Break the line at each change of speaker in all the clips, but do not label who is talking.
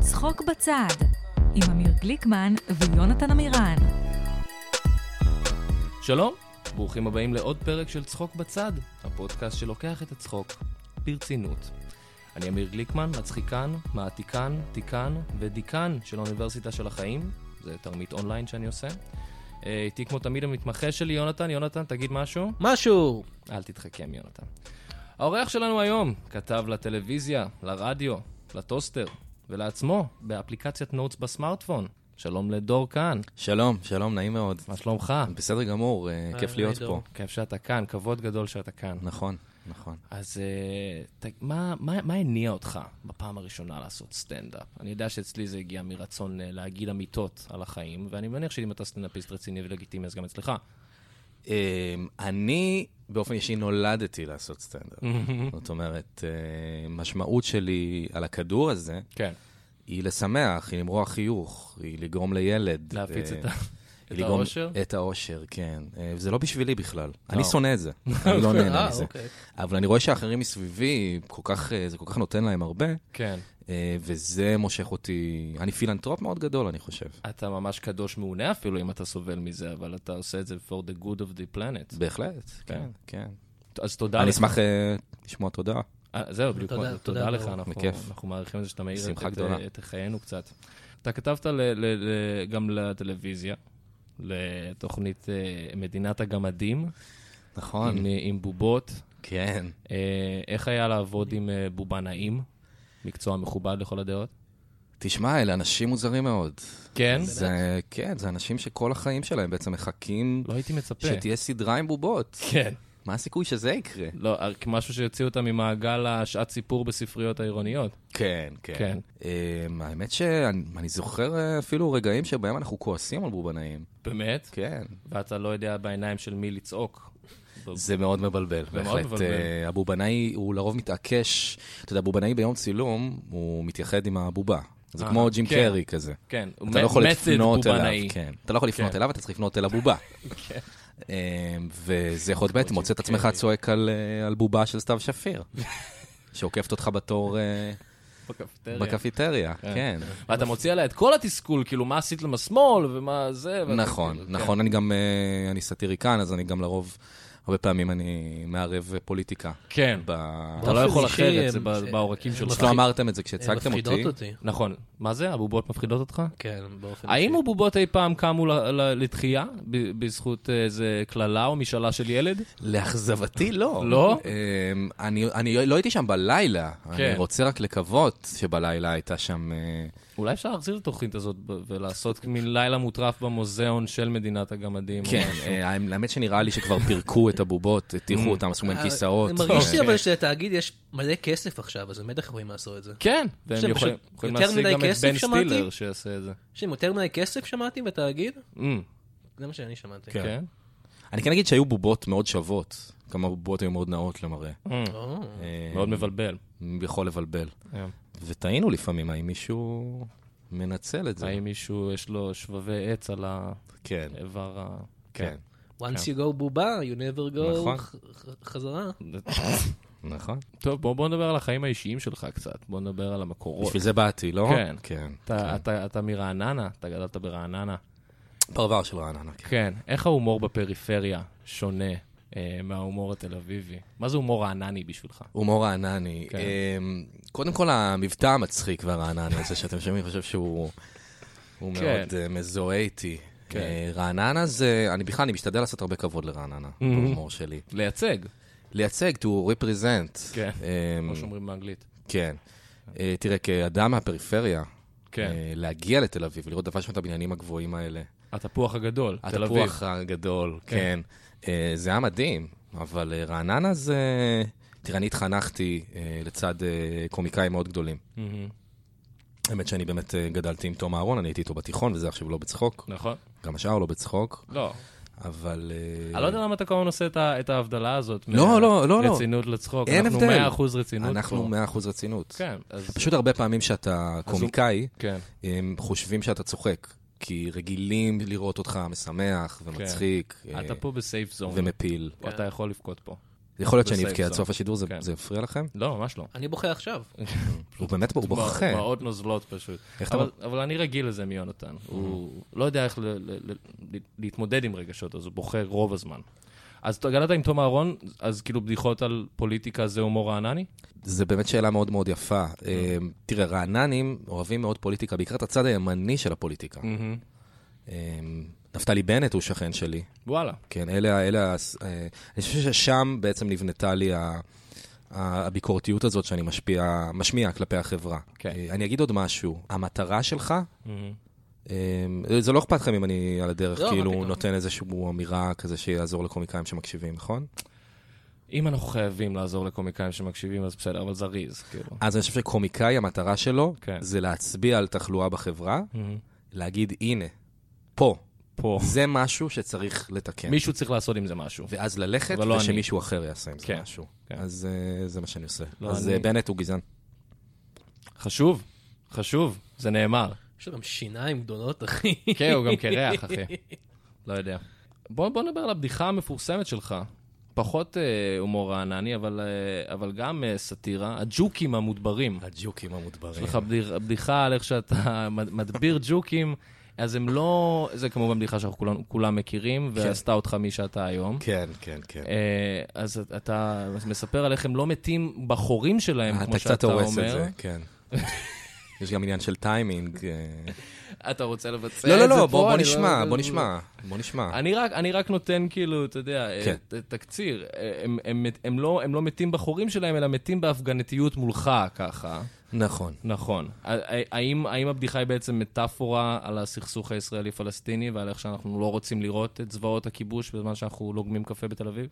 צחוק בצד, עם אמיר גליקמן ויונתן עמירן.
שלום, ברוכים הבאים לעוד פרק של צחוק בצד, הפודקאסט שלוקח את הצחוק ברצינות. אני אמיר גליקמן, מצחיקן, מעתיקן, תיקן ודיקן של האוניברסיטה של החיים, זה תרמית אונליין שאני עושה. אה, איתי כמו תמיד המתמחה שלי, יונתן. יונתן, תגיד משהו?
משהו.
אל תתחכם, יונתן. האורח שלנו היום כתב לטלוויזיה, לרדיו, לטוסטר ולעצמו באפליקציית נוטס בסמארטפון. שלום לדור כאן,
שלום, שלום, נעים מאוד.
מה שלומך?
בסדר גמור, אה, כיף להיות
נעים
פה.
מאוד.
כיף שאתה כאן, כבוד גדול שאתה כאן.
נכון, נכון.
אז אה, ת, מה, מה, מה הניע אותך בפעם הראשונה לעשות סטנדאפ? אני יודע שאצלי זה הגיע מרצון אה, להגיד אמיתות על החיים, ואני מניח שאם אתה סטנדאפיסט רציני ולגיטימי, אז גם אצלך.
אה, אני באופן אישי נולדתי לעשות סטנדאפ. זאת אומרת, אה, משמעות שלי על הכדור הזה
כן.
היא לשמח, היא למרוח חיוך, היא לגרום לילד.
להפיץ
אה,
את ה-
היא
את
לגרום-
האושר?
את האושר, כן. אה, וזה לא בשבילי בכלל. אני
לא.
שונא את זה. אני לא נהנה
אה,
מזה.
אוקיי.
אבל אני רואה שאחרים מסביבי, כל כך, אה, זה כל כך נותן להם הרבה,
כן.
אה, וזה מושך אותי. אני פילנטרופ מאוד גדול, אני חושב.
אתה ממש קדוש מעונה אפילו, אם אתה סובל מזה, אבל אתה עושה את זה for the good of the planet.
בהחלט,
כן.
כן, כן.
אז תודה לך.
אני אשמח אה, לשמוע תודה.
אה, זהו, בדיוק.
תודה,
תודה,
תודה,
תודה לך,
ברור.
אנחנו,
בכיף.
אנחנו מעריכים את זה שאתה מאיר את,
בשמחה
את,
גדולה.
את חיינו קצת. אתה כתבת ל, ל, ל, גם לטלוויזיה, לתוכנית אה, מדינת הגמדים,
נכון.
עם, אה, עם בובות.
כן.
אה, איך היה לעבוד עם אה, בובה נעים? מקצוע מכובד לכל הדעות?
תשמע, אלה אנשים מוזרים מאוד.
כן?
זה, כן, זה אנשים שכל החיים שלהם בעצם מחכים
לא הייתי מצפה.
שתהיה סדרה עם בובות.
כן.
מה הסיכוי שזה יקרה?
לא, אה, משהו שיוציא אותה ממעגל השעת סיפור בספריות העירוניות.
כן,
כן.
כן. אמ, האמת שאני אני זוכר אה, אפילו רגעים שבהם אנחנו כועסים על בובנאים.
באמת?
כן.
ואתה לא יודע בעיניים של מי לצעוק.
זה מאוד מבלבל, בהחלט.
מבלבל.
אה, הבובנאי, הוא לרוב מתעקש, אתה יודע, הבובנאי ביום צילום, הוא מתייחד עם הבובה. זה
אה,
כמו ג'ים
כן.
קרי כזה.
כן,
אתה לא יכול
מצד
לפנות
בובנאי.
אליו, כן. אתה לא יכול לפנות
כן.
אליו, אתה צריך לפנות אל הבובה. אמ, וזה יכול להיות באמת, מוצא את עצמך צועק על אה, על בובה של סתיו שפיר, שעוקפת אותך בתור אה,
בקפטריה.
בקפיטריה,
כן.
כן.
ואתה מוציא עליה את כל התסכול, כאילו, מה עשית עם השמאל ומה זה. ואתה-
נכון,
כן.
נכון, אני גם, אה, אני סאטיריקן, אז אני גם לרוב, הרבה פעמים אני מערב אה, פוליטיקה.
כן,
ב-
אתה לא יכול
באופן אישי,
אחרת, זה
הם-
ב- בעורקים
פשוט
שלך.
לא אמרתם את זה
הן
כשהצגתם
אה, מפחידות
אותי.
אותי.
נכון. מה זה? הבובות מפחידות אותך?
כן, באופן
אה,
האם הבובות אי פעם קמו ל- ל- לתחייה ב- בזכות איזה קללה או משאלה של ילד?
לאכזבתי, לא.
לא?
אמ, אני אני לא הייתי שם בלילה.
כן.
אני רוצה רק לקוות שבלילה הייתה שם... אה,
אולי אפשר להחזיר את התוכנית הזאת ב- ולעשות מין לילה מוטרף במוזיאון של מדינת הגמדים. או
כן,
משהו.
אה, האמת שנראה לי שכבר פירקו את הבובות, הטיחו אותם, עשו מהם כיסאות.
אני מרגיש לי
אה,
כן.
אבל שלתאגיד יש מלא כסף עכשיו, אז הם בטח יכולים לעשות את זה.
כן, והם
שהם
יכולים
פשוט
יכולים
יותר
להשיג
מדי
גם את
כסף
בן
שמעתי?
סטילר שיעשה את זה.
יש להם יותר מדי כסף שמעתי בתאגיד?
Mm,
זה מה שאני שמעתי.
כן.
כן?
אני כן אגיד שהיו בובות מאוד שוות. גם הבובות היו מאוד נאות למראה.
Mm,
או,
אה,
מאוד מבלבל.
יכול לבלבל.
כן.
וטעינו לפעמים, האם מישהו מנצל את זה?
האם אה, מישהו יש לו שבבי עץ על
כן,
האיבר ה...
כן.
once you go בובה, you never go
נכון.
ח- ח- חזרה.
נכון.
טוב, בוא, בוא נדבר על החיים האישיים שלך קצת. בוא נדבר על המקורות.
בשביל זה באתי, לא?
כן.
כן.
אתה, אתה, אתה מרעננה, אתה גדלת ברעננה.
פרבר של רעננה. כן.
כן, איך ההומור בפריפריה שונה אה, מההומור התל אביבי? מה זה הומור רענני בשבילך?
הומור רענני.
כן.
אמ, קודם כל, המבטא המצחיק והרענני הזה שאתם שומעים, אני חושב שהוא הוא
כן.
מאוד אה, מזוהה איתי.
כן.
אה, רעננה זה, אני בכלל, אני משתדל לעשות הרבה כבוד לרעננה,
Mm-hmm.
בהומור שלי.
לייצג,
לייצג, to represent.
כן.
אמ,
כמו שאומרים באנגלית.
כן. אה, תראה, כאדם מהפריפריה,
כן,
אה, להגיע לתל אביב, לראות דבר שם את הבניינים הגבוהים האלה.
התפוח הגדול, תל אביב.
התפוח הגדול, כן. אה, זה היה מדהים, אבל אה, רעננה זה... תראה, אני התחנכתי אה, לצד אה, קומיקאים מאוד גדולים.
מהמם,
האמת שאני באמת אה, גדלתי עם תום אהרון, אני הייתי איתו בתיכון, וזה עכשיו לא בצחוק.
נכון?
גם השאר לא בצחוק,
לא.
אבל... אה,
אני לא יודע למה אתה כל הזמן עושה את ה- את ההבדלה הזאת.
לא,
מה-
לא, לא, לא.
רצינות לצחוק.
אין הבדל.
אנחנו 100% רצינות. פה.
אנחנו 100% רצינות.
כן, אז...
פשוט הרבה פעמים שאתה
הוא-
קומיקאי,
כן.
הם חושבים שאתה צוחק, כי רגילים לראות אותך משמח ומצחיק. אה,
כן. אתה פה בסייף זון.
ומפיל.
אתה יכול לבכות פה.
יכול להיות
זה
שאני אבכה
safe
עד
zone.
סוף השידור, זה-
כן.
זה יפריע לכם?
לא, ממש לא.
אני בוכה עכשיו.
הוא באמת, הוא בוכה.
דמעות נוזלות פשוט.
איך אתה- אה.
אבל, אבל אני רגיל לזה מיונתן. הוא לא יודע איך ל- ל- ל- להתמודד עם רגשות, אז הוא בוחר רוב הזמן. אז אתה גלדת עם תום אהרון, אז כאילו בדיחות על פוליטיקה זה הומור הענני?
זה באמת שאלה מאוד מאוד יפה. אה, תראה, רעננים אוהבים מאוד פוליטיקה, בעיקר את הצד הימני של הפוליטיקה. אה, נפתלי בנט הוא שכן שלי.
וואלה.
כן, אלה, ה- אלה, הס- אה, אני חושב ששם בעצם נבנתה לי ה- ה- הביקורתיות הזאת שאני משפיע, משמיע כלפי החברה.
כן.
אה, אני אגיד עוד משהו, המטרה שלך,
Mm-hmm.
אה, זה לא אכפת לכם אם אני על הדרך
לא, מה
כאילו
פתאום.
נותן איזושהי אמירה כזה שיעזור לקומיקאים שמקשיבים, נכון?
אם אנחנו חייבים לעזור לקומיקאים שמקשיבים, אז בסדר, אבל זריז, כאילו.
אז אני חושב שקומיקאי, המטרה שלו
כן.
זה להצביע על תחלואה בחברה, להגיד, הנה, פה,
פה.
זה משהו שצריך לתקן.
מישהו צריך לעשות עם זה משהו.
ואז ללכת,
אבל לא אני.
ושמישהו אחר יעשה עם זה
כן,
משהו.
כן.
אז אה, זה מה שאני עושה.
לא,
אז
אני-
אה, בנט הוא גזען.
חשוב, חשוב, זה נאמר.
יש לו גם שיניים גדולות, אחי.
כן, הוא גם קרח, אחי. לא יודע. בוא, בוא נדבר על הבדיחה המפורסמת שלך. פחות אה, הומור רענני, אבל, אה, אבל גם אה, סאטירה. הג'וקים המודברים.
הג'וקים
יש
המודברים.
לך בדיר- בדיחה על איך שאתה מד- מדביר ג'וקים, אז הם לא... זה כמובן בדיחה שאנחנו כולם, כולם מכירים, ועשתה אותך מי שאתה היום.
כן, כן, כן.
אה, אז אתה מספר על איך הם לא מתים בחורים שלהם,
אה, אתה
אה, כמו
קצת
שאתה אומר.
הורס את זה, כן. יש גם עניין של טיימינג. אה.
אתה רוצה לבצע
לא,
את
לא,
זה
לא,
פה?
בוא בוא
אני
נשמע,
לא-
בוא נשמע, בוא נשמע.
אני רק, אני רק נותן כאילו, אתה יודע,
כן.
ת, תקציר. אה, הם, הם, הם, לא, הם לא מתים בחורים שלהם, אלא מתים בהפגנתיות מולך ככה.
נכון.
נכון. ה- ה- האם, האם הבדיחה היא בעצם מטאפורה על הסכסוך הישראלי-פלסטיני ועל איך שאנחנו לא רוצים לראות את זוועות הכיבוש בזמן שאנחנו לוגמים קפה בתל אביב?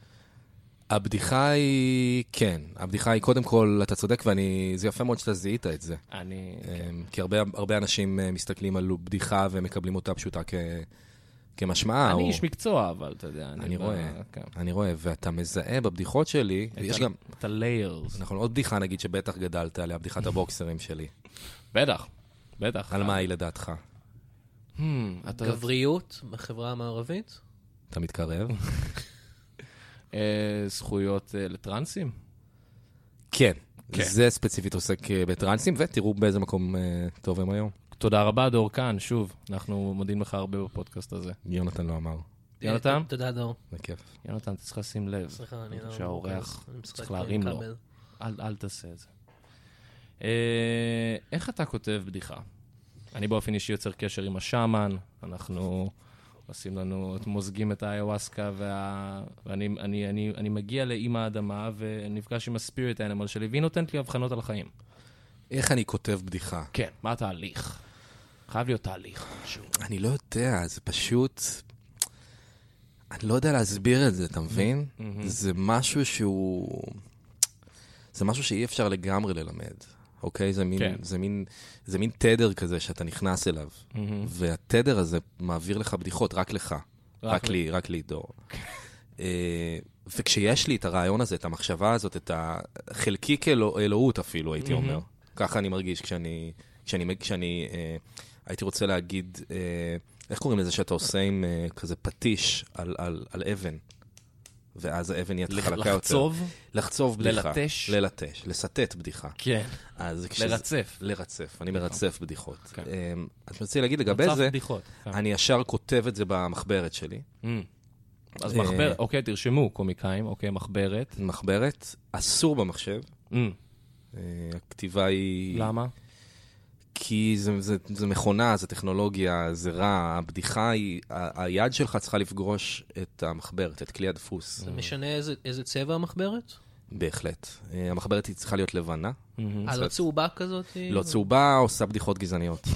הבדיחה היא, כן, הבדיחה היא, קודם כל, אתה צודק, ואני, זה יפה מאוד שאתה זיהית את זה.
אני...
אמ, כי הרבה, הרבה אנשים אה, מסתכלים על בדיחה ומקבלים אותה פשוטה כ, כמשמעה.
אני
או-
איש מקצוע, אבל אתה יודע,
אני
ב-
רואה,
כן.
אני רואה, ואתה מזהה בבדיחות שלי, יש
את ה-
גם,
את ה-layers.
נכון, עוד בדיחה נגיד שבטח גדלת עליה, בדיחת הבוקסרים שלי.
בטח, בטח.
על מה היא לדעתך?
Hmm, אתה-
גבריות בחברה המערבית?
אתה מתקרב?
אה, זכויות אה, לטרנסים?
כן.
כן.
זה ספציפית עוסק אה, בטרנסים, ותראו באיזה מקום אה, טוב הם היום.
תודה רבה, דור כאן, שוב, אנחנו מודים לך הרבה בפודקאסט הזה.
יונתן לא אמר,
יונתן?
אה, תודה, דור.
זה כיף.
יונתן, אתה צריך לשים לב,
סליחה, אני לא...
שהאורח,
אני משחק
צריך
עם
להרים לו.
כבל.
אל, אל תעשה את זה. אה, איך אתה כותב בדיחה? אני באופן אישי יוצר קשר עם השאמן, אנחנו עושים לנו, מוזגים את האיוואסקה, וה... ואני אני, אני, אני מגיע לאימא האדמה ונפגש עם הספיריט אנימל שלי, והיא נותנת לי הבחנות על החיים.
איך אני כותב בדיחה?
כן, מה התהליך? חייב להיות תהליך, משהו.
אני לא יודע, זה פשוט... אני לא יודע להסביר את זה, אתה מבין? זה משהו שהוא... זה משהו שאי אפשר לגמרי ללמד, אוקיי? זה מין,
כן.
זה מין, זה מין תדר כזה שאתה נכנס אליו, והתדר הזה מעביר לך בדיחות, רק לך. רק,
לי.
לי, רק לי, דור. אה, וכשיש לי את הרעיון הזה, את המחשבה הזאת, את החלקיק אלו, אלוהות אפילו, הייתי אומר. ככה אני מרגיש כשאני, כשאני, כשאני אה, הייתי רוצה להגיד, אה, איך קוראים לזה שאתה עושה עם אה, כזה פטיש על, על, על אבן, ואז האבן נהיית חלקה יותר.
לחצוב?
לחצוב בדיחה.
ללטש?
ללטש, לסטט בדיחה.
כן.
אז כשזה-
לרצף. נכון.
לרצף, אני מרצף בדיחות.
כן.
אה, אז רציתי להגיד לגבי זה,
בדיחות.
אני ישר כותב את זה במחברת שלי.
אז
אה,
מחברת, אוקיי, תרשמו, קומיקאים, אוקיי, מחברת.
מחברת, אסור במחשב.
אמ,
אה, הכתיבה היא...
למה?
כי זה, זה, זה מכונה, זה טכנולוגיה, זה רע, הבדיחה היא, ה- היד שלך צריכה לפגוש את המחברת, את כלי הדפוס.
זה משנה איזה- איזה צבע המחברת?
בהחלט. אה, המחברת היא צריכה להיות לבנה.
Mm-hmm.
אה, לא צהובה כזאת?
לא צהובה, עושה בדיחות גזעניות.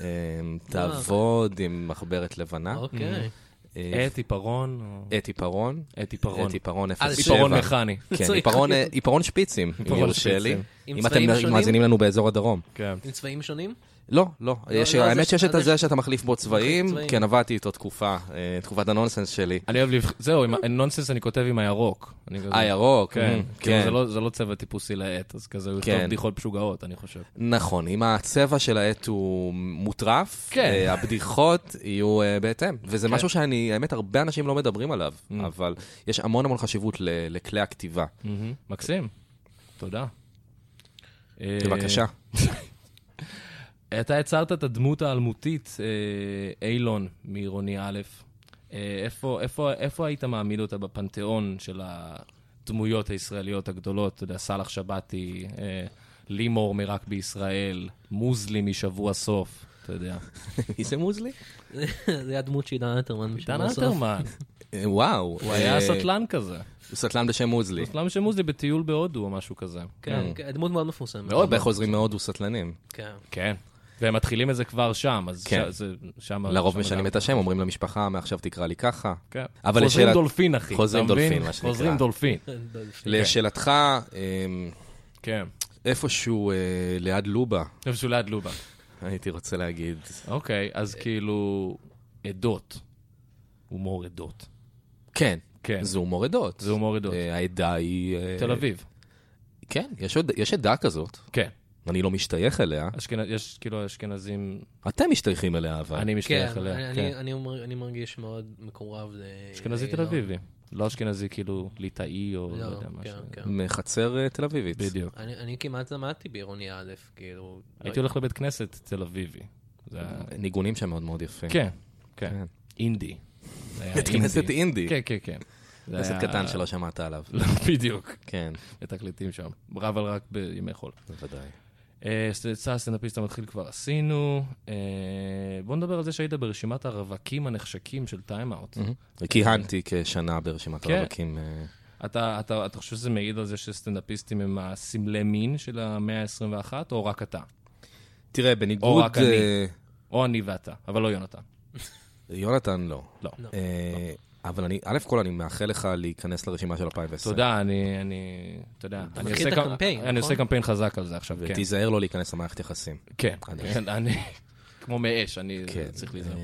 אה, תעבוד עם מחברת לבנה.
אוקיי.
אה,
עת עיפרון? או-
עת עיפרון.
עת עיפרון.
עת עיפרון 0.7.
אה, זה
עיפרון מכני.
כן,
צריך
עיפרון, אה, עיפרון שפיצים, אם
עיפרון
יורשה לי.
שפיצים.
עם
אם אתם
צבעים שונים?
מאזינים לנו באזור הדרום.
כן.
עם צבעים שונים?
לא, לא. יש-
לא,
האמת
זה-
שיש את
אז
הזה
יש-
שאתה מחליף בו צבעים,
צבעים.
כן, עבדתי איתו תקופה, אה, תקופת הנונסנס שלי.
אני אוהב לבח... זהו, עם הנונסנס אני כותב עם הירוק. אני כזה-
אה, ירוק,
כן,
mm,
כאילו
כן.
זה לא- זה לא צבע טיפוסי לעט, אז כזה הוא
כן.
יכתוב בדיחות משוגעות, אני חושב.
נכון, אם הצבע של העט הוא מוטרף,
כן.
אה, הבדיחות יהיו אה, בהתאם. וזה
כן. Mm.
משהו שאני, האמת, הרבה אנשים לא מדברים עליו, אבל יש המון המון חשיבות ל- לכלי הכתיבה.
אה.
Mm-hmm.
מקסים, תודה. אה,
בבקשה.
אתה יצרת את הדמות האלמותית, אה, אילון, מעירוני א', אה, איפה- איפה איפה היית מעמיד אותה בפנתיאון של הדמויות הישראליות הגדולות? אתה יודע, סאלח שבתי, אה, לימור מרק בישראל, מוזלי משבוע סוף, אתה יודע.
מי זה מוזלי?
זה היה דמות של עידן אלתרמן.
דן
משבוע הסוף.
אלתרמן,
אה, וואו.
הוא היה
אה,
סטלן כזה.
הוא סטלן בשם מוזלי.
סטלן של מוזלי בטיול בהודו או משהו כזה.
כן, כן, דמות מאוד מפורסמת.
מאוד.
הרבה חוזרים מהודו סטלנים.
כן.
כן. והם מתחילים את זה כבר שם, אז
כן.
ש- זה- שם...
לרוב
שם
משנים
גם-
את השם, אומרים למשפחה, מעכשיו תקרא לי ככה.
כן.
אבל
חוזרים
לשאלת-
דולפין, אחי.
חוזרים
אתה מבין?
דולפין, מה שנקרא.
חוזרים דולפין,
לא,
כן. לשאלתך, אמ,
כן.
איפשהו אה, ליד לובה,
במשולד לובה.
הייתי רוצה להגיד.
אוקיי, אז כאילו, עדות. הומור עדות.
כן,
כן,
זה הומור עדות.
זה הומור עדות.
אה, העדה היא... אה,
תל אביב.
כן, יש עוד- יש עדה כזאת,
כן.
אני לא משתייך אליה.
אשכנ- יש כאילו אשכנזים,
אתם משתייכים אליה, אבל.
אני
כן,
משתייך אליה.
אני-
כן.
אני- אני אומר- אני מרגיש מאוד מקורב ל...
אשכנזי תל
לאילון.
אביבי. לא אשכנזי כאילו ליטאי או לא
לא,
יודע מה.
כן,
ש-
כן.
מחצר אה, תל אביבית.
בדיוק.
אני אני כמעט למדתי בעירוני א', כאילו...
הייתי הולך לבית כנסת תל אביבי. זה היה-
אה, ניגונים שם מאוד מאוד יפים.
כן, כן.
כן.
אינדי. זה היה
בית כנסת
אינדי.
אינדי. אה.
כן, כן, כן. זה
כנסת
היה-
קטן שלא שמעת עליו.
לא, בדיוק.
כן,
מתקליטים שם. אבל רק בימי חול.
בוודאי.
אה, ס- סע הסטנדאפיסט המתחיל כבר עשינו. אה, בוא נדבר על זה שהיית ברשימת הרווקים הנחשקים של טיימאוט.
כיהנתי כשנה ברשימת
כן.
הרווקים. אה,
Mm-hmm.
אתה, אתה, אתה חושב שזה מעיד על זה שסטנדאפיסטים הם הסמלי מין של המאה ה-21, או רק אתה?
תראה, בניגוד...
רק אני.
אה,
או אני ואתה, אבל לא יונתן.
יונתן לא.
לא.
לא.
אה, אבל אני, א' כל, אני מאחל לך להיכנס לרשימה של 2020.
תודה, אני, אני, אתה יודע, אני
מכיר
עושה
את
קמ-
הקמפיין,
אני עושה
נכון?
קמפיין חזק על זה עכשיו, כן.
תיזהר לא להיכנס למערכת יחסים.
כן,
אני-
כן, אני, כמו מאש, אני
כן.
צריך להיזהר.
אה,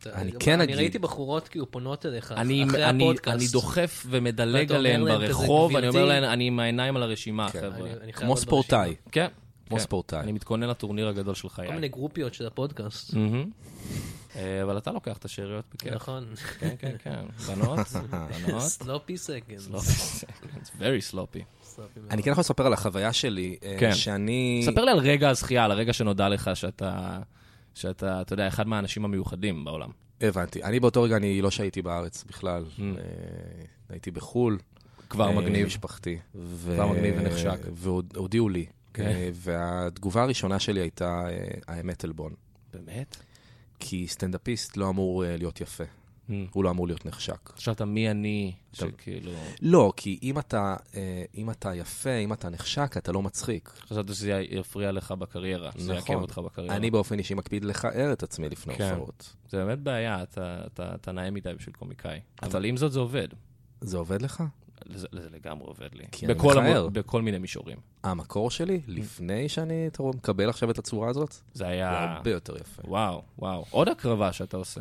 אתה-
אני
גם-
כן
לא- אני ראיתי
אגיד,
בחורות כאילו פונות אליך
אני,
אחרי
אני,
הפודקאסט.
אני דוחף ומדלג
ואתה אומר
עליהן
להם כזה,
ברחוב, אני אומר
"גברתי".
להן, אני עם העיניים על הרשימה,
כן.
חבר'ה.
אני- אני חייב
כמו
להיות
ספורטאי,
ברשימה.
כן.
כמו
כן.
ספורטאי.
אני מתכונן לטורניר הגדול של חיי.
כל מיני גרופיות של הפודקאסט.
מהמם. אה, אבל אתה לוקח את השאריות בכיף.
נכון.
כן, כן, כן. בנות, בנות.
סלופי סקנדס.
It's very sloppy.
לא.
אני כן יכול לספר על החוויה שלי, אה,
כן.
שאני...
ספר לי על רגע הזכייה, על הרגע שנודע לך שאתה, שאתה, אתה יודע, אחד מהאנשים המיוחדים בעולם.
הבנתי. אני באותו רגע, אני לא שהייתי בארץ בכלל. אה, הייתי בחו"ל.
Mm. כבר
אה,
מגניב.
משפחתי. ו-
כבר מגניב ונחשק.
והודיעו לי.
כן.
אה, והתגובה הראשונה שלי הייתה, אה, האמת עלבון.
באמת?
כי סטנדאפיסט לא אמור אה, להיות יפה, הוא לא אמור להיות נחשק.
Mm. חשבת מי אני, שכאילו...
לא, כי אם אתה, אה, אם אתה יפה, אם אתה נחשק, אתה לא מצחיק.
חשבת שזה יפריע לך בקריירה, שזה יעכב אותך בקריירה.
נכון. אני באופן אישי מקפיד לכער את עצמי לפני
כן.
הופעות.
זה באמת בעיה, אתה- אתה אתה נאה מדי בשביל קומיקאי. אבל עם זאת זה עובד.
זה עובד לך?
זה זה לגמרי עובד לי.
כי אני
בכל
מכער.
המון- בכל מיני מישורים.
המקור שלי, לפני שאני אתה רואה, מקבל עכשיו את הצורה הזאת,
זה
זה
היה...
הרבה יותר יפה.
אה. וואו, וואו. עוד הקרבה שאתה עושה.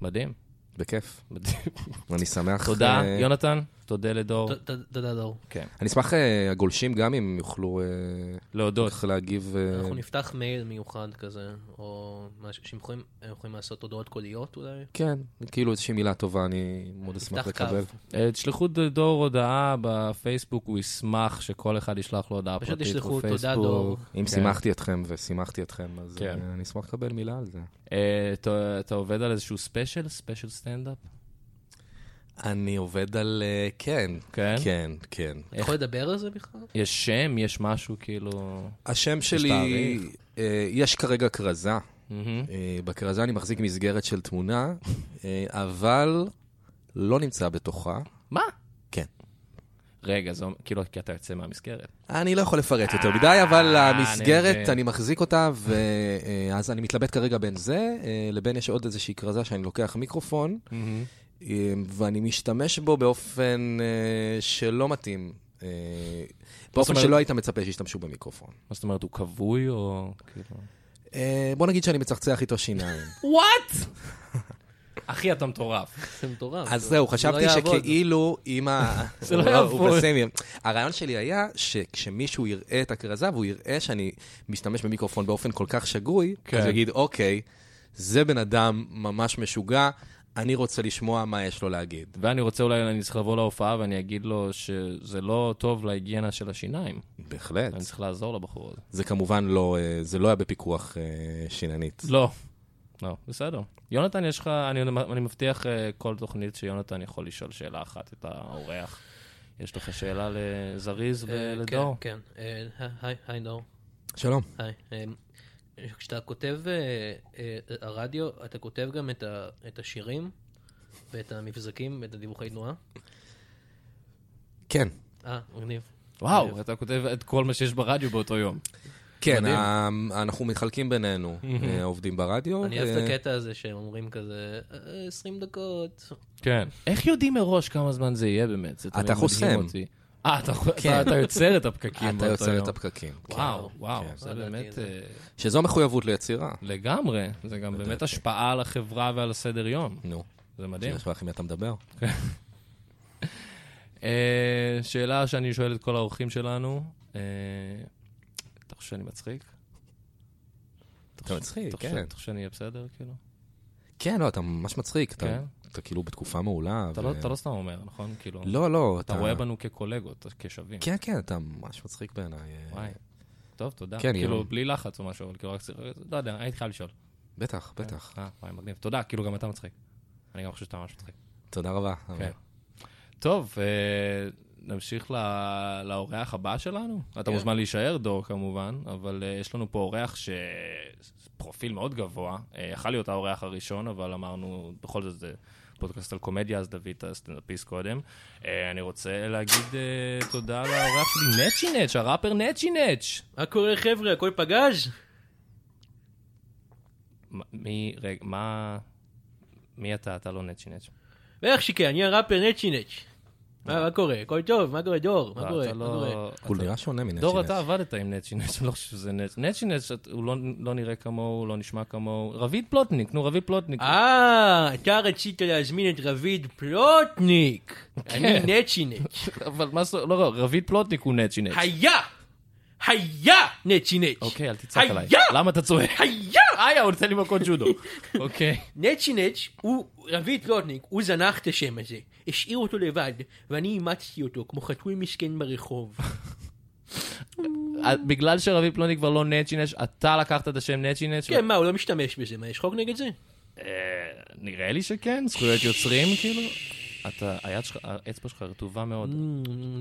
מדהים.
בכיף.
מדהים.
אני שמח...
תודה,
אה,
יונתן. תודה לדור.
ת- ת- תודה דור.
כן.
אני אשמח אה, הגולשים גם אם יוכלו אה,
להודות.
איך להגיב... אה,
אנחנו נפתח מייל מיוחד כזה, או משהו שהם יכולים- הם יכולים לעשות הודעות קוליות אולי.
כן, כאילו איזושהי מילה טובה, אני מאוד אשמח
נפתח קו.
לקבל.
אה, תשלחו דור הודעה בפייסבוק, הוא ישמח שכל אחד ישלח לו הודעה
פשוט
פרטית
תשלחו,
בפייסבוק.
"תודה, דור".
אם
כן.
שימחתי אתכם ושימחתי אתכם, אז
כן.
אה, אני אשמח לקבל מילה על זה.
אה, אתה- אתה עובד על איזשהו ספיישל? ספיישל סטנדאפ?
אני עובד על... אה, כן.
כן?
כן, כן.
אתה יכול לדבר על זה בכלל?
יש שם? יש משהו כאילו...
השם שלי...
תאריך?
אה, יש כרגע כרזה.
מהמם.
אה, בכרזה אני מחזיק מסגרת של תמונה, אה, אבל לא נמצא בתוכה.
מה?
כן.
רגע, זה אומר- כאילו, כי אתה יוצא מהמסגרת.
אני לא יכול לפרט יותר מדי, אבל
אה, אני
המסגרת,
מבין.
אני מחזיק אותה, ואז אני מתלבט כרגע בין זה, אה, לבין יש עוד איזושהי כרזה שאני לוקח מיקרופון, אה, ואני משתמש בו באופן אה, שלא מתאים. אה, באופן
אומרת-
שלא היית מצפה שישתמשו במיקרופון.
מה זאת אומרת, הוא כבוי או כאילו...
אה, בוא נגיד שאני מצחצח איתו שיניים.
וואט? אחי, אתה מטורף.
זה מטורף.
אז
זה-
זהו,
זה
חשבתי
לא יעבוד.
שכאילו אם ה...
זה לא
הוא
יעבוד.
הוא פסימי. הרעיון שלי היה שכשמישהו יראה את הכרזה והוא יראה שאני משתמש במיקרופון באופן כל כך שגוי,
כן.
אז הוא יגיד, אוקיי, זה בן אדם ממש משוגע, אני רוצה לשמוע מה יש לו להגיד.
ואני רוצה אולי, אני צריך לבוא להופעה ואני אגיד לו שזה לא טוב להיגיינה של השיניים.
בהחלט.
אני צריך לעזור לבחור הזה.
זה כמובן לא, אה, זה לא היה בפיקוח אה, שיננית.
לא. לא, בסדר. יונתן, יש לך, אני, אני מבטיח uh, כל תוכנית שיונתן יכול לשאול שאלה אחת את האורח. יש לך שאלה לזריז
אה,
ולדור?
כן, כן. אה, היי, היי, דור.
שלום.
היי. אמ, כשאתה כותב אה, אה, הרדיו, אתה כותב גם את ה- את השירים ואת המבזקים ואת הדיווחי תנועה?
כן.
אה, מגניב.
וואו, אתה כותב את כל מה שיש ברדיו באותו יום.
כן,
מדהים. Mhm.
ה- אנחנו מתחלקים בינינו, אה, עובדים ברדיו.
אני אוהב
אה,
את הקטע הזה שהם אומרים כזה, "אה, 20 דקות.
כן. איך יודעים מראש כמה זמן זה יהיה באמת? זה תמיד
אתה
מדהים
חוסם.
אותי. אה, אתה חו- אתה-
כן.
אתה יוצר את הפקקים
אתה
באותו
יוצר
יום.
את הפקקים.
וואו, וואו,
כן.
זה
לא ידעתי
באמת
את זה.
אה,
שזו מחויבות ליצירה.
לגמרי. זה גם באמת
ידעתי.
השפעה על החברה ועל הסדר יום.
נו,
זה מדהים.
שיש לך עם מי אתה מדבר.
אה, שאלה שאני שואל את כל האורחים שלנו, אה, אתה חושב שאני מצחיק?
אתה מצחיק,
אתה חושב-
כן.
אתה חושב שאני אהיה בסדר, כאילו?
כן, לא, אתה ממש מצחיק. אתה-
כן.
אתה כאילו בתקופה מעולה.
אתה
ו-
לא- אתה לא סתם אומר, נכון? כאילו,
לא, לא,
אתה רואה בנו כקולגות, כשווים.
כן, כן, אתה ממש מצחיק בעיניי. אה,
וואי. טוב, תודה.
כן,
כאילו,
יום.
בלי לחץ או משהו, אבל כאילו, רק צריך... לא יודע, הייתי חייב לשאול.
בטח, בטח.
אה, וואי, מגניב. תודה, כאילו, גם אתה מצחיק. אני גם חושב שאתה ממש מצחיק.
תודה רבה.
כן. טוב, אה, נמשיך ל- לאורח הבא שלנו. אתה
כן.
מוזמן להישאר, דור, כמובן, אבל אה, יש לנו פה אורח שפרופיל מאוד גבוה. אה, יכל להיות האורח הראשון, אבל אמרנו, בכל זאת זה פודקאסט על קומדיה, אז דוד הסטנדאפיסט קודם. אה, אני רוצה להגיד אה, תודה לאורח שלי, נצ'י נץ', הראפר נצ'י נץ'.
מה קורה חבר'ה, הכל פגז?
מ- מי, רגע, מה... מי אתה? אתה לא נצ'י נץ'.
ואיך שכן, אני הראפר נצ'ינץ'. מה מה קורה? הכל טוב, מה קורה דור? מה
לא,
קורה?
אתה
מה
לא-
קורה?
הוא
אתה-
נראה שונה מנצ'ינץ'.
דור, אתה עבדת עם נצ'ינץ', אני לא חושב שזה נצ' נצ'ינץ', את- הוא לא- לא נראה כמוהו, לא נשמע כמוהו. רביד פלוטניק, נו, רביד פלוטניק.
אה, אתה רצית להזמין את רביד פלוטניק.
כן.
אני נצ'ינץ'.
אבל מה זאת, לא, לא, רביד פלוטניק הוא נצ'ינץ'.
היה! היה נצ'ינץ'.
אוקיי, אל תצעק עליי.
היה!
למה אתה צועק?
היה!
איה, הוא נותן לי מכות ג'ודו. אוקיי.
נצ'ינץ' הוא, רביד פלוטניק, הוא זנח את השם הזה. השאיר אותו לבד, ואני אימצתי אותו כמו חתוי מסכן ברחוב.
אה, בגלל שרביד פלוטניק כבר לא נצ'ינץ', אתה לקחת את השם נצ'ינץ'?
כן, מה, הוא לא משתמש בזה, מה, יש חוק נגד זה?
אה, נראה לי שכן, זכויות יוצרים, כאילו. אתה, היד שלך, האצבע שלך רטובה מאוד.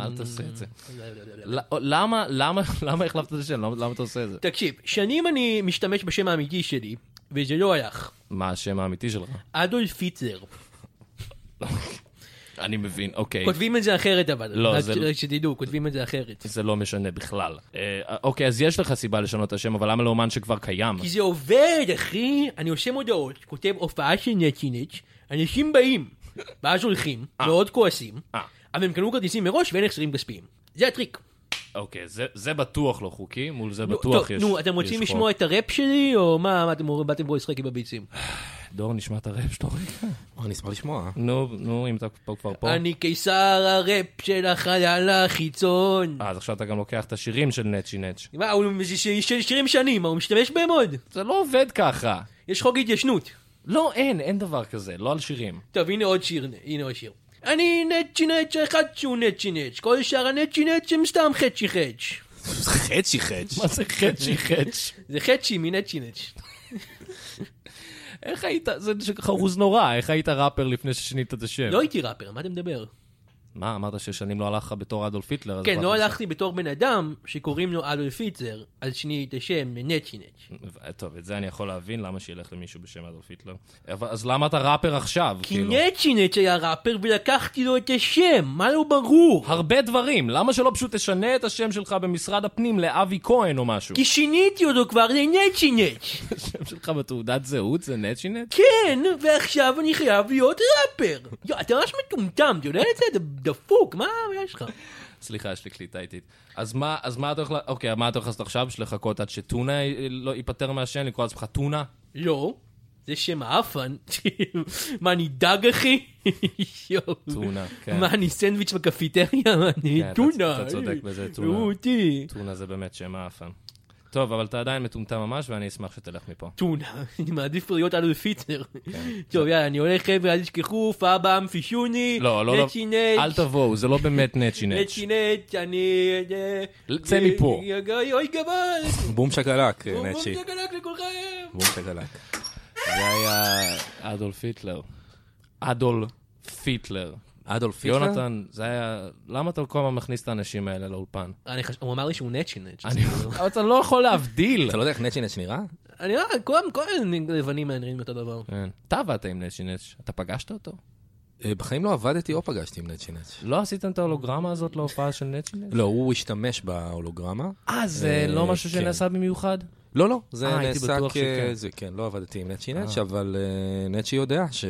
אל תעשה את זה. לא, ל- למה, למה, למה החלפת את השם? למה למה אתה עושה את זה?
תקשיב, שנים אני משתמש בשם האמיתי שלי, וזה לא הלך.
מה השם האמיתי שלך?
אדולף היטלר.
אני מבין, אוקיי.
כותבים את זה אחרת אבל.
לא,
רק
זה-
ש- רק שתדעו, כותבים את זה אחרת.
זה לא משנה בכלל. אה, אוקיי, אז יש לך סיבה לשנות את השם, אבל למה לאומן שכבר קיים?
כי זה עובד, אחי. אני רושם הודעות, כותב הופעה של נצ'ינץ', אנשים באים, ואז הולכים, מאוד כועסים,
אה.
אבל הם קנו כרטיסים מראש ואין החזרים כספיים. זה הטריק.
אוקיי, זה- זה בטוח לא חוקי, מול זה
נו,
בטוח
טוב,
יש
נו, אתם
יש
רוצים
חוק.
לשמוע את הראפ שלי, או מה, מה אתם אומרים, באתם פה לשחק עם הביצים?
דור, נשמע את הראפ שלו רגע.
אה, אני אשמח לשמוע.
נו, נו, אם אתה פה כבר פה.
אני קיסר הראפ של החלל החיצון.
אה, אז עכשיו אתה גם לוקח את השירים של נצ'י נצ'.
מה, הוא זה ש- ש- שירים שנים, מה, הוא משתמש בהם עוד?
זה לא עובד ככה.
יש חוק התיישנות.
לא, אין, אין דבר כזה, לא על שירים.
טוב, הנה עוד שיר, הנה עוד שיר. אני נצ'ינץ' אחד שהוא נצ'ינץ', כל שאר הנצ'ינץ' הם סתם חצ'י חצ'.
חצ'י חצ'.
מה זה חצ'י חצ'?
זה חצ'י מנצ'ינץ'.
איך היית, זה חרוז נורא, איך היית ראפר לפני ששינית את השם?
לא הייתי ראפר, מה אתה מדבר?
מה, אמרת ששנים לא הלך לך בתור אדולף היטלר? אז
כן,
מה
לא
אתה
הלכתי בתור בן אדם שקוראים לו אדולף היטלר, אז שיני את השם לנצ'ינץ'.
טוב, את זה אני יכול להבין, למה שילך למישהו בשם אדולף היטלר. אבל אז למה אתה ראפר עכשיו? כאילו?
כי נצ'ינץ' היה ראפר ולקחתי לו את השם, מה לא ברור?
הרבה דברים, למה שלא פשוט תשנה את השם שלך במשרד הפנים לאבי כהן או משהו?
כי שיניתי אותו כבר לנצ'ינץ'.
השם שלך בתעודת זהות זה נצ'ינט?
כן, ועכשיו אני חייב להיות ראפר. יו, אתה ממש מטומטם, אתה יודע את זה? אתה דפוק, מה יש לך?
סליחה, יש לי קליטה איטית. אז מה, אז מה אתה הולך, ל- אוקיי, מה אתה הולך לעשות עכשיו? יש לחכות עד שטונה י- לא ייפטר מהשן, לקרוא לעצמך טונה?
לא, זה שם האפן. כאילו, מה, אני דג, אחי? יואו.
טונה, כן.
מה, אני סנדוויץ' בקפיטריה? מה, אני
כן, אתה-
טונה.
אתה צודק בזה, טונה.
ראו אותי.
טונה זה באמת שם האפן. טוב, אבל אתה עדיין מטומטם ממש, ואני אשמח שתלך מפה.
טונה, אני מעדיף כבר להיות אלו פיצר.
כן.
טוב, יאללה, אני הולך, חבר'ה, אל תשכחו, פאבאם, פישוני,
לא, לא, לא.
נצ'ינץ',
אל תבואו, זה לא באמת נצ'י נץ'.
נצ'ינץ', אני... אה,
צא
אה,
מפה. אה,
אוי, אוי, גבל,
בום שקלק, אה,
בום בום
נצ'י.
תקלק לכולכם.
בום שקלק.
זה היה אדולף היטלר. אדולף היטלר.
אדולף היטלר?
יונתן, זה היה... למה אתה כל הזמן מכניס את האנשים האלה לאולפן?
אני חש- הוא אמר לי שהוא נצ'ינץ'.
אני... אבל אתה לא יכול להבדיל.
אתה לא יודע איך נצ'י נצ' נראה?
אני לא, כל כל הלבנים האלה נראים אותו דבר.
כן. אתה עבדת עם נצ'י נץ', אתה פגשת אותו?
אה, בחיים לא עבדתי או פגשתי עם נצ'י נצ'.
לא עשיתם את ההולוגרמה הזאת להופעה של נצ'י נץ'?
לא, הוא השתמש בהולוגרמה.
אה, זה
אה,
לא משהו
כן.
שנעשה במיוחד?
לא, לא, זה
אה, הייתי
נעשה
בטוח
כ...
שכן.
זה, כן, לא עבדתי עם נצ'י נצ', אבל אה, נצ'י יודע ש...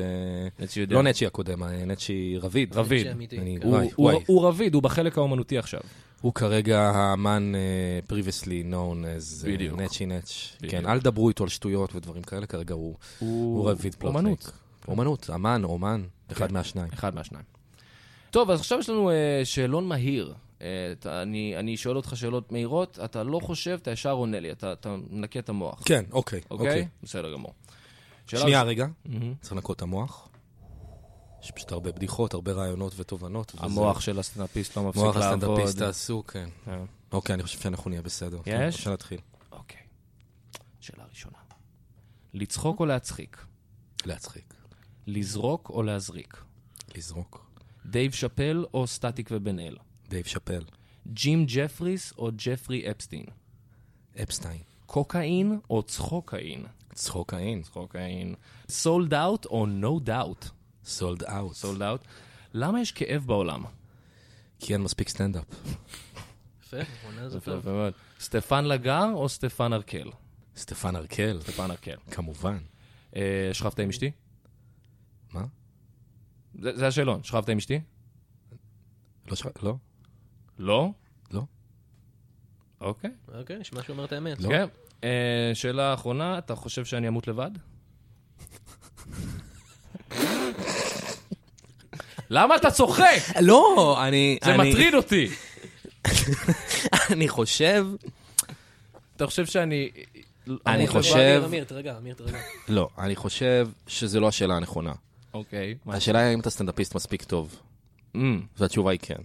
נצ'י יודע.
לא נצ'י הקודם, אה, נצ'י רביד.
רביד.
נצ'י אמיתי.
אני-
הוא-
וואי,
הוא-
וואי.
הוא רביד, הוא בחלק האומנותי עכשיו.
הוא כרגע האמן אה, previously known as אה,
בדיוק.
נצ'י נצ'.
בדיוק.
כן, אל דברו איתו על שטויות ודברים כאלה, כרגע הוא הוא רביד פלוטניק.
אומנות.
אומנות, כן. אמן, אומן, אחד מהשניים.
אחד מהשניים. טוב, אז עכשיו יש לנו אה, שאלון מהיר. אה, אתה- אני אני שואל אותך שאלות מהירות, אתה לא חושב, אתה ישר עונה לי, אתה אתה מנקה את המוח.
כן, אוקיי,
אוקיי? בסדר גמור. שאלה
שנייה,
ראש-
רגע.
מהמם.
צריך לנקות את המוח. יש פשוט הרבה בדיחות, הרבה רעיונות ותובנות. וזה-
המוח של הסטנדאפיסט לא מפסיק
מוח
לעבוד.
הסטנדאפיסט תעשו, כן.
כן.
אוקיי, אני חושב שאנחנו נהיה בסדר. כן,
יש?
אפשר להתחיל.
אוקיי. שאלה ראשונה. לצחוק או להצחיק?
להצחיק.
לזרוק או להזריק?
לזרוק.
דייב שאפל או סטטיק ובן אל?
דייב שאפל.
ג'ים ג'פריס או ג'פרי אפסטין?
אפסטיין.
קוקאין או צחוקאין?
צחוקאין.
צחוקאין. סולד אאוט או נו דאוט?
סולד אאוט.
סולד אאוט. למה יש כאב בעולם?
כי אין מספיק סטנדאפ.
יפה, עונה זה טוב.
מאוד. סטפן לגר או סטפן ארקל?
סטפן ארקל.
סטפן ארקל.
כמובן.
אה, שכבת עם אשתי?
מה?
זה זה השאלון, שכבת עם אשתי?
לא ש... לא?
לא?
לא.
אוקיי.
אוקיי, נשמע שהוא אומר את האמת.
לא.
כן. אה, שאלה אחרונה, אתה חושב שאני אמות לבד? למה אתה צוחק?
לא, אני...
זה
אני-
מטריד אותי.
אני חושב...
אתה חושב שאני...
אני
אמות
אמיר,
חושב-
אמיר, אמיר, תרגע, אמיר, תרגע.
לא, אני חושב שזו לא השאלה הנכונה.
לבד? אוקיי. מה?
השאלה היא האם אתה סטנדאפיסט מספיק טוב.
אמ,
והתשובה היא כן.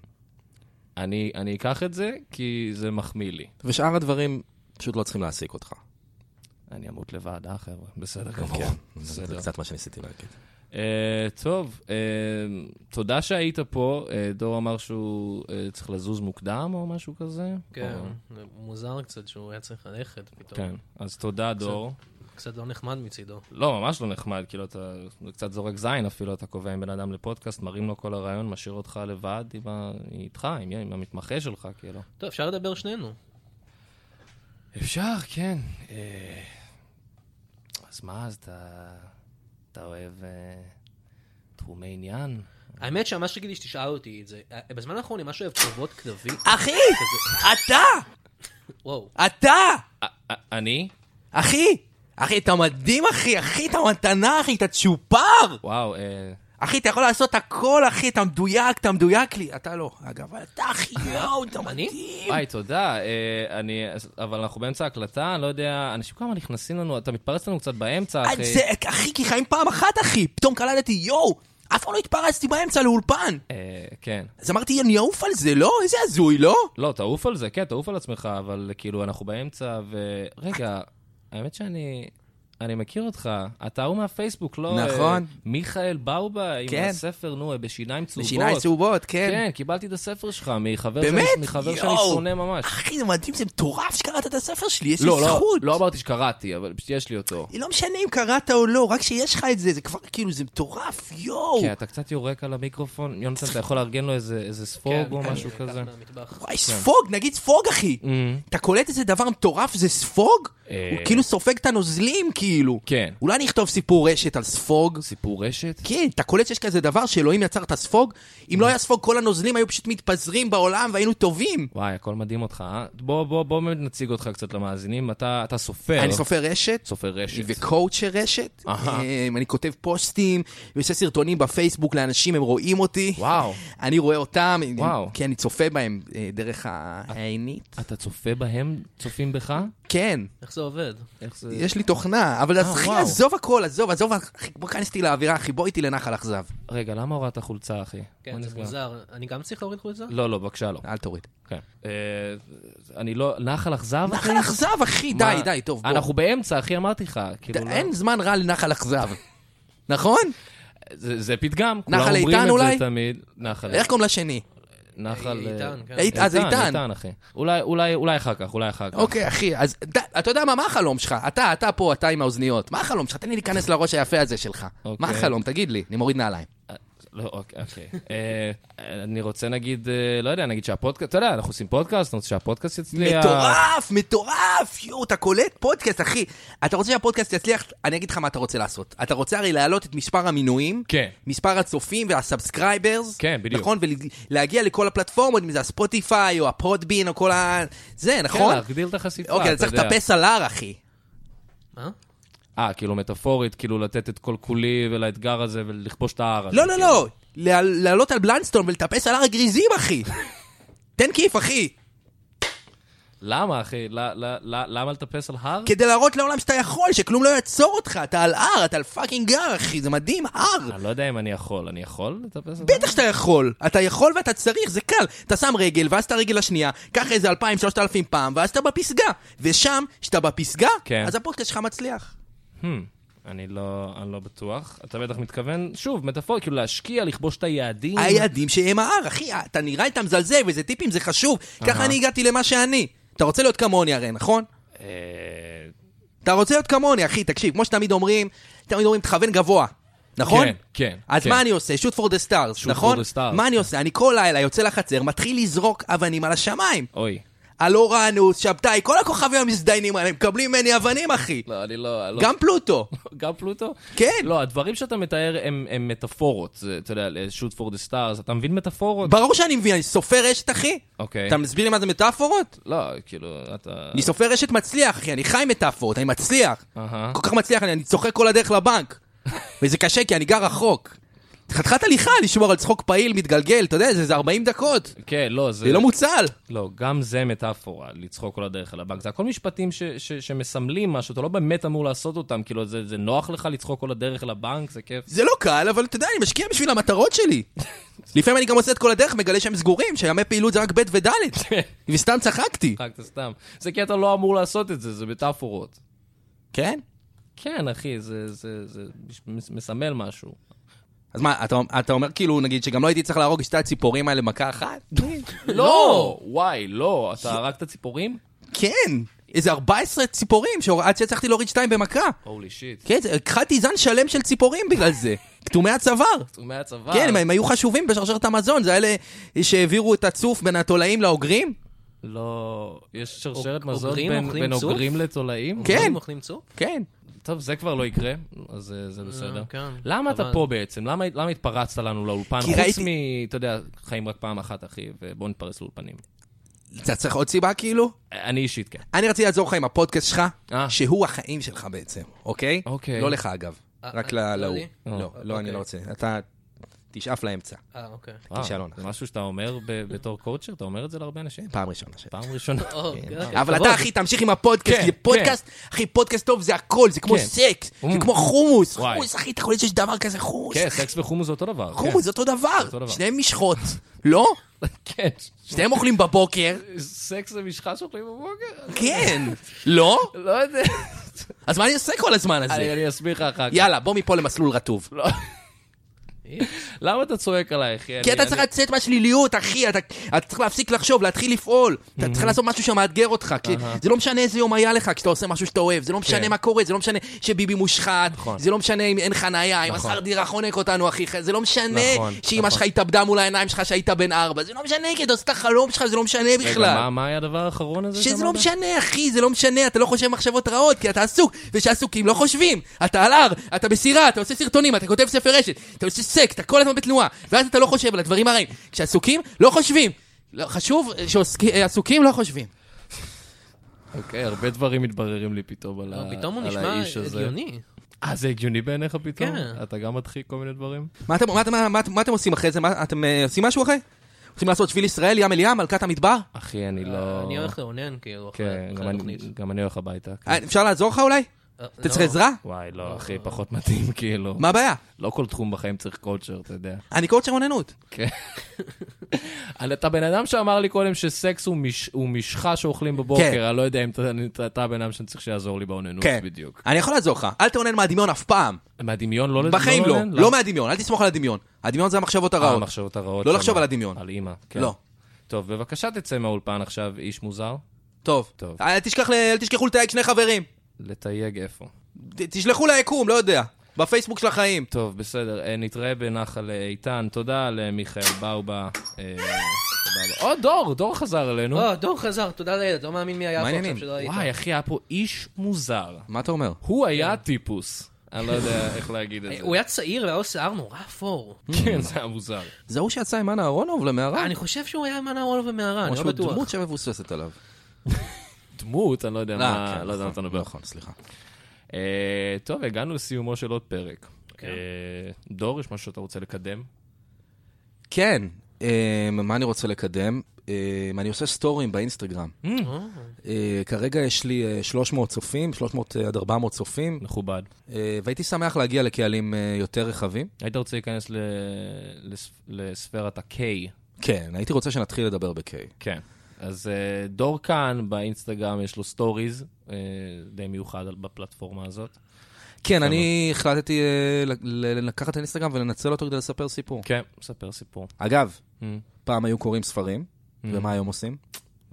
אני אני אקח את זה, כי זה מחמיא לי.
ושאר הדברים פשוט לא צריכים להעסיק אותך.
אני אמות לבד, אה, חבר'ה? בסדר גמור.
כן,
בסדר.
זה קצת מה שניסיתי להגיד.
אה, טוב, אה, תודה שהיית פה. אה, דור אמר שהוא אה, צריך לזוז מוקדם או משהו כזה.
כן,
או-
זה מוזר קצת שהוא היה צריך ללכת פתאום.
אה. כן, אז תודה, דור.
קצת לא נחמד מצידו.
לא, ממש לא נחמד, כאילו אתה קצת זורק זין אפילו, אתה קובע עם בן אדם לפודקאסט, מרים לו כל הרעיון, משאיר אותך לבד עם ה... איתך, עם, עם המתמחה שלך, כאילו.
טוב, אפשר לדבר שנינו.
אפשר, כן. אה, אז מה, אז אתה, אתה אוהב אה, תחומי עניין?
האמת שממש רגילי שתשאל אותי את זה. אה, בזמן האחרון אני ממש אוהב כתובות כתבית.
אחי! אתה!
וואו.
אתה!
א- א- אני?
אחי! אחי, אתה מדהים, אחי! אחי, אתה מתנה, אחי! אתה צ'ופר!
וואו, אה,
אחי, אתה יכול לעשות הכל, אחי! אתה מדויק, אתה מדויק לי! אתה לא. אגב, אתה, אחי, יואו, אתה מדהים!
וואי, תודה. אה, אני, אבל אנחנו באמצע הקלטה, אני לא יודע, אנשים כמה נכנסים לנו, אתה מתפרץ לנו קצת באמצע,
אה,
אחי.
זה- אחי, כי חיים פעם אחת, אחי! פתאום קלטתי, יואו! אף פעם לא התפרצתי באמצע לאולפן!
אה, כן.
אז אמרתי, אני אעוף על זה, לא? איזה הזוי, לא?
לא, תעוף על זה, כן, תעוף על עצמך, אבל כאילו, אנחנו באמצע, ו... רגע, האמת שאני... אני מכיר אותך, אתה ההוא מהפייסבוק, לא?
נכון.
אה, מיכאל באובה עם
כן.
הספר, נו, אה, בשיניים צהובות.
בשיניים צהובות, כן.
כן, קיבלתי את הספר שלך מחבר
באמת?
שאני- מחבר שאני
יואו.
שונא ממש.
אחי, זה מדהים, זה מטורף שקראת את הספר שלי, איזה
לא, לא,
זכות.
לא אמרתי שקראתי, אבל פשוט יש לי אותו.
לא משנה אם קראת או לא, רק שיש לך את זה, זה כבר כאילו, זה מטורף, יואו.
כן, אתה קצת יורק על המיקרופון, יונתן, אתה יכול לארגן לו איזה איזה ספוג
כן,
או משהו כזה?
מהמטבח.
כן.
וואי, ספוג, נגיד ספוג, אחי.
אמ,
אתה קולט איזה דבר מטורף, זה ספוג?
אה,
הוא כאילו סופג את הנוזלים, כאילו.
כן.
אולי נכתוב סיפור רשת על ספוג?
סיפור רשת?
כן, אתה קולט שיש כזה דבר שאלוהים יצר את הספוג? אם
Mm.
לא היה ספוג, כל הנוזלים היו פשוט מתפזרים בעולם והיינו טובים.
וואי, הכל מדהים אותך, אה? בוא, בוא, בוא באמת נציג אותך קצת למאזינים. אתה, אתה סופר.
אני סופר רשת.
סופר רשת.
וקואוצ'ר רשת,
אה. אהה.
אמ, אני כותב פוסטים, ועושה סרטונים בפייסבוק לאנשים, הם רואים אותי.
וואו.
אני רואה אותם,
וואו.
כי אני צופה בהם אה, דרך העינית.
אתה צופה בהם? צופים בך?
כן,
איך זה עובד?
איך זה...
יש לי תוכנה, אבל אז
אה,
אחי,
וואו.
עזוב הכל, עזוב, עזוב, אחי, בוא כנס אותי לאווירה, אחי, בוא איתי לנחל אכזב.
רגע, למה הורדת חולצה, אחי? מה
כן, זה
נסגר?
מוזר. אני גם צריך להוריד חולצה?
לא, לא, בבקשה, לא.
אל תוריד.
כן. אה, אני לא... נחל אכזב? אחי?
נחל אכזב, אחי, די,
מה?
די, טוב, בוא.
אנחנו באמצע, אחי, אמרתי לך.
ד-
כאילו, לא-
אין זמן רע לנחל אכזב, נכון?
כן. זה זה פתגם.
נחל
כולם אומרים
איתן
את זה
אולי?
תמיד. נחל
איך קוראים לשני?
נחל... אה,
איתן, כן.
אית- אז איתן.
איתן, אחי. אולי, אולי, אולי אחר כך, אולי אחר כך.
אוקיי, אחי, אז ד- אתה יודע מה, מה החלום שלך? אתה, אתה פה, אתה עם האוזניות. מה החלום שלך? תן לי להיכנס לראש היפה הזה שלך.
אוקיי.
מה החלום? תגיד לי, אני מוריד נעליים.
אה, לא, אוקיי. אוקיי. אה, אני רוצה, נגיד, אה, לא יודע, נגיד שהפודקאסט, אתה יודע, אנחנו עושים פודקאסט, אני רוצה שהפודקאסט יצליח.
מטורף, מטורף, יואו, אתה קולט פודקאסט, אחי. אתה רוצה שהפודקאסט יצליח? אני אגיד לך מה אתה רוצה לעשות. אתה רוצה הרי להעלות את מספר המינויים,
כן.
מספר הצופים והסאבסקרייברס,
כן, בדיוק.
נכון? ולהגיע לכל הפלטפורמות, אם זה הספוטיפיי או הפודבין או כל ה... זה,
כן,
נכון?
להגדיל את החשיפה,
אוקיי,
אתה
אז צריך
יודע.
לטפס על הר, אחי.
מה?
אה, כאילו מטאפורית, כאילו לתת את כל כולי ולאתגר הזה ולכבוש את ההר הזה.
לא, לא, לא,
כן.
לה- לעלות על בלנסטון ולטפס על הר הגריזים, אחי. תן כיף, אחי.
למה, אחי? ל- ל- ל- למה לטפס על הר?
כדי להראות לעולם שאתה יכול, שכלום לא יעצור אותך. אתה על הר, אתה על פאקינג הר, אחי. זה מדהים, הר.
אני לא יודע אם אני יכול. אני יכול לטפס על הר?
בטח שאתה יכול, אתה יכול ואתה צריך, זה קל. אתה שם רגל, ואז את הרגל השנייה, קח איזה 2,000-3,000 פעם, ואז אתה בפסגה. ושם, כשאתה בפסגה,
כן.
אז הפודקאסט שלך מצליח.
Hmm, אני לא, אני לא בטוח. אתה בטח מתכוון, שוב, מטאפור, כאילו להשקיע, לכבוש את היעדים.
היעדים שהם ההר, אחי, אתה נראה איתם מזלזל, וזה טיפים, זה חשוב. ככה אני הגעתי למה שאני. אתה רוצה להיות כמוני הרי, נכון?
אה,
אתה רוצה להיות כמוני, אחי, תקשיב, כמו שתמיד אומרים, תמיד אומרים, תכוון גבוה, נכון?
כן, כן,
אז
כן.
מה אני עושה? שוט פור דה סטארס,
Shoot
נכון?
for the stars. כן.
מה אני עושה? אני כל לילה יוצא לחצר, מתחיל לזרוק אבנים על השמיים.
אוי.
על אורנוס, שבתאי, כל הכוכבים המזדיינים האלה, הם מקבלים ממני אבנים, אחי.
לא, אני לא... לא-
גם פלוטו.
גם פלוטו?
כן.
לא, הדברים שאתה מתאר הם, הם מטאפורות. זה, אתה יודע, shoot for the stars, אתה מבין מטאפורות?
ברור שאני מבין, אני סופר רשת, אחי.
אוקיי.
אתה מסביר לי מה זה מטאפורות?
לא, כאילו, אתה...
אני סופר רשת מצליח, אחי, אני חי מטאפורות, אני מצליח.
אהה.
כל כך מצליח, אני אני צוחק כל הדרך לבנק. וזה קשה, כי אני גר רחוק. חתיכת הליכה לשמור על צחוק פעיל, מתגלגל, אתה יודע, זה זה 40 דקות.
כן, לא, זה...
זה לא מוצל.
לא, גם זה מטאפורה, לצחוק כל הדרך על הבנק. זה הכל משפטים ש- ש- שמסמלים משהו, אתה לא באמת אמור לעשות אותם. כאילו, זה זה נוח לך לצחוק כל הדרך על הבנק, זה כיף.
זה לא קל, אבל אתה יודע, אני משקיע בשביל המטרות שלי. לפעמים אני גם עושה את כל הדרך, מגלה שהם סגורים, שימי פעילות זה רק ב' וד',
כן.
וסתם צחקתי.
צחקת סתם. זה כי אתה לא אמור לעשות את זה, זה מטאפורות.
כן?
כן, אחי, זה, זה, זה מש- מסמל משהו.
אז מה, אתה, אתה אומר כאילו, נגיד, שגם לא הייתי צריך להרוג את שתי הציפורים האלה במכה אחת?
כן.
לא! וואי, לא. אתה הרגת ציפורים?
כן, איזה 14 ציפורים, שהור- עד שהצלחתי להוריד שתיים במכה.
הולי שיט.
כן, זה- הכחדתי זן שלם של ציפורים בגלל זה. כתומי הצוואר.
תחומי הצבא.
כן, הם- הם היו חשובים בשרשרת המזון, זה אלה שהעבירו את הצוף בין התולעים לאוגרים?
לא, יש שרשרת
אוג-
מזון
אוגרים
בין-
אוכלים
בין
צוף?
אוגרים לתולעים?
כן.
אוכלים- אוכלים צוף?
כן.
טוב, זה כבר לא יקרה, אז אה, זה בסדר.
כן,
למה אתה
אבל-
פה בעצם? למה למה התפרצת לנו לאולפן?
כי
חוץ
ראיתי-
מ... אתה יודע, חיים רק פעם אחת, אחי, ובוא נתפרץ לאולפנים.
אתה צריך עוד סיבה כאילו?
אני אישית, כן.
אני רציתי לעזור לך עם הפודקאסט שלך,
אה.
שהוא החיים שלך בעצם, אוקיי?
אוקיי.
לא לך אגב,
אה,
רק
אה,
ל-
לא
להוא.
לי?
לא, לא, אני
אוקיי.
לא רוצה. אתה תשאף לאמצע,
אה, אוקיי.
וואו,
כישלון,
זה משהו שאתה אומר ב- בתור קואוצ'ר? אתה אומר את זה להרבה אנשים?
פעם ראשונה. ש-
פעם ראשונה.
או, גאד.
אבל
כבוד.
אתה, אחי, תמשיך עם הפודקאסט,
כן,
כי פודקאסט, אחי, פודקאסט טוב זה הכל, זה כמו
כן.
סקס,
Mm.
זה כמו חומוס,
וואי.
חומוס, אחי, אתה קולט שיש דבר כזה חומוס,
כן,
אחי.
סקס וחומוס זה אותו דבר. כן.
חומוס זה אותו
אותו
דבר,
דבר.
שניהם משחות, לא?
כן.
שניהם אוכלים בבוקר,
סקס זה משחה שאוכלים בבוקר?
כן, לא?
לא יודע.
אז מה אני עושה כל הזמן הזה?
אני אני אסביר לך אחר כך.
יאללה, בוא מפה למסלול רטוב.
לא. למה אתה צועק עליי, אחי?
כי
כן, אני-
אתה צריך
אני-
לצאת מהשליליות, אחי, אתה אתה צריך להפסיק לחשוב, להתחיל לפעול. אתה צריך לעשות משהו שמאתגר אותך, כי
אהה.
זה לא משנה איזה יום היה לך כשאתה עושה משהו שאתה אוהב, זה לא משנה
כן.
מה קורה, זה לא משנה שביבי מושחת,
נכון.
זה לא משנה אם אין חנייה, אם
נכון.
השכר דירה חונק אותנו, אחי, זה לא משנה
נכון,
שאמא
נכון.
שלך התאבדה מול העיניים שלך שהיית בן ארבע, זה לא משנה, כי אתה עושה את החלום שלך, זה לא משנה
רגע, מה-
בכלל.
מה היה הדבר האחרון הזה
שזה לא
שאמרת?
משנה, אחי, זה לא משנה, אתה לא חושב מחשבות רעות, כי אתה עסוק, ושעסוקים לא חושבים. אתה על הר, אתה בסירה, אתה עושה סרטונים, אתה כותב ספר רשת, אתה עושה סק, אתה כל הזמן בתנועה, ואז אתה לא חושב על הדברים הרעים. כשעסוקים, לא חושבים. לא, חשוב שעסוקים לא חושבים.
אוקיי, הרבה דברים מתבררים לי פתאום על ה-
לא, פתאום הוא
אה, על
נשמע
האיש הזה.
הגיוני.
אה, זה הגיוני בעיניך פתאום?
כן.
אתה גם מדחיק כל מיני דברים?
מה אתם, מה, אתם, מה, אתם- מה אתם עושים אחרי זה? מה, אתם אה, עושים משהו אחרי? רוצים לעשות שביל ישראל, ים אל ים, מלכת המדבר?
אחי, אני לא...
אה, אני הולך לאונן, כאילו, אחרי
כן,
אחרי
גם אני-
התוכנית.
גם אני הולך הביתה.
אה, אפשר לעזור לך אולי?
אה,
אתה צריך
לא.
עזרה?
וואי, לא, אחי, פחות מתאים, כאילו.
מה הבעיה?
לא כל תחום בחיים צריך קולצ'ר, אתה יודע.
אני קורצ'ר אוננות.
כן. אבל אתה בן אדם שאמר לי קודם שסקס הוא מש- הוא משחה שאוכלים
כן.
בבוקר, אני לא יודע אם אתה- אני- אתה- אתה הבן אדם שאני צריך שיעזור לי באוננות
כן.
בדיוק.
אני יכול לעזור לך, אל תאונן מהדמיון אף פעם.
מהדמיון לא... לד-
בחיים לא,
לאונן?
לא מהדמיון, אל תסמוך על הדמיון. הדמיון זה המחשבות
אה,
הרעות.
המחשבות הרעות.
לא
שמה.
לחשוב על הדמיון.
על אימא. כן.
לא.
טוב, בבקשה תצא מהאולפן עכשיו, איש מוזר,
טוב.
טוב.
אל, תשכח, ל- אל תשכחו לתייג שני חברים.
לתייג איפה.
ת- תשלחו ליקום, לא יודע. בפייסבוק של החיים.
טוב, בסדר, אה, נתראה בנחל אה, איתן. תודה למיכאל באובה. אה, תודה לו. או, דור, דור חזר אלינו.
או, לא, דור חזר, תודה לאילת, לא מאמין מי היה
מה
פה
העניינים?
עכשיו שלא היית.
וואי, אחי, היה פה איש מוזר.
מה אתה אומר?
הוא היה טיפוס. אני לא יודע איך להגיד את זה.
כן. אה, הוא היה צעיר והיה לו שיער נורא אפור.
כן, זה היה מוזר.
זה ההוא שיצא עם אנה אהרונוב
לא.
למערה?
אני חושב שהוא היה מנה וולו ומערה, אני לא
משהו
בטוח.
דמות שמבוססת עליו.
דמות, אני לא יודע
אה,
מה,
כן,
לא יודע מה אתה
נכון,
מדבר.
נכון, סליחה.
אה, טוב, הגענו לסיומו של עוד פרק.
כן.
אה, דור, יש משהו שאתה רוצה לקדם?
כן, אה, מה אני רוצה לקדם? אה, אני עושה סטורים באינסטגרם.
או,
אה, כרגע יש לי אה, 300 צופים, 300 עד 400 צופים,
מכובד.
אה, והייתי שמח להגיע לקהלים אה, יותר רחבים.
היית רוצה להיכנס ל- לס- לספירת ה-K.
כן, הייתי רוצה שנתחיל לדבר בקיי.
כן. אז אה, דור כאן באינסטגרם, יש לו סטוריז, אה, די מיוחד על- בפלטפורמה הזאת.
כן, אני החלטתי אה, ל- ל- לקחת את האינסטגרם ולנצל אותו כדי לספר סיפור.
כן, ספר סיפור.
אגב,
Mm,
פעם היו קוראים ספרים, ומה היום עושים?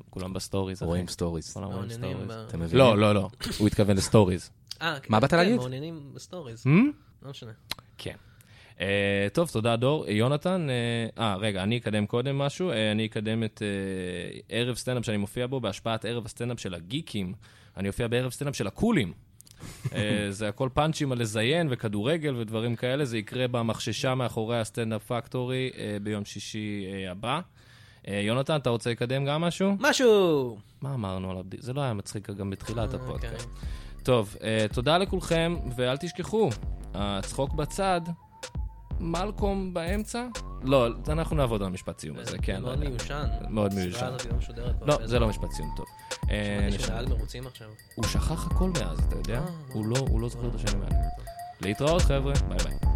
כולם בסטוריז, אחי.
רואים סטוריז.
כולם רואים
מעוניינים
סטוריז.
ב-
אתם מבינים?
לא, לא, לא. הוא התכוון לסטוריז.
אה, כן,
מה באת
כן,
להגיד?
מעוניינים בסטוריז,
Hmm?
לא משנה.
כן. Uh, טוב, תודה דור. אה, יונתן, אה, אה, רגע, אני אקדם קודם משהו. אה, אני אקדם את אה, ערב סטנדאפ שאני מופיע בו, בהשפעת ערב הסטנדאפ של הגיקים. אני אופיע בערב סטנדאפ של הקולים. אה, זה הכל פאנצ'ים על לזיין וכדורגל ודברים כאלה. זה יקרה במחששה מאחורי הסטנדאפ פקטורי אה, ביום שישי אה, הבא. אה, יונתן, אתה רוצה לקדם גם משהו?
משהו!
מה אמרנו על הבדיחה? זה לא היה מצחיק גם בתחילת
אה,
הפודקאסט.
כן.
טוב, אה, תודה לכולכם, ואל תשכחו, הצחוק בצד, מלקום באמצע? לא, אנחנו נעבוד על משפט
אה,
סיום הזה, כן. לא
מאוד
יודע.
מיושן.
מאוד
הסדרה
מיושן.
הזאת היא לא משודרת כבר.
לא, זה לא משפט סיום טוב. אה,
שמעתי
נשמע.
שנהג מרוצים עכשיו.
הוא שכח הכל מאז, אתה יודע?
אה,
הוא לא- הוא לא זוכר את השנים האלה. להתראות, חבר'ה, ביי ביי.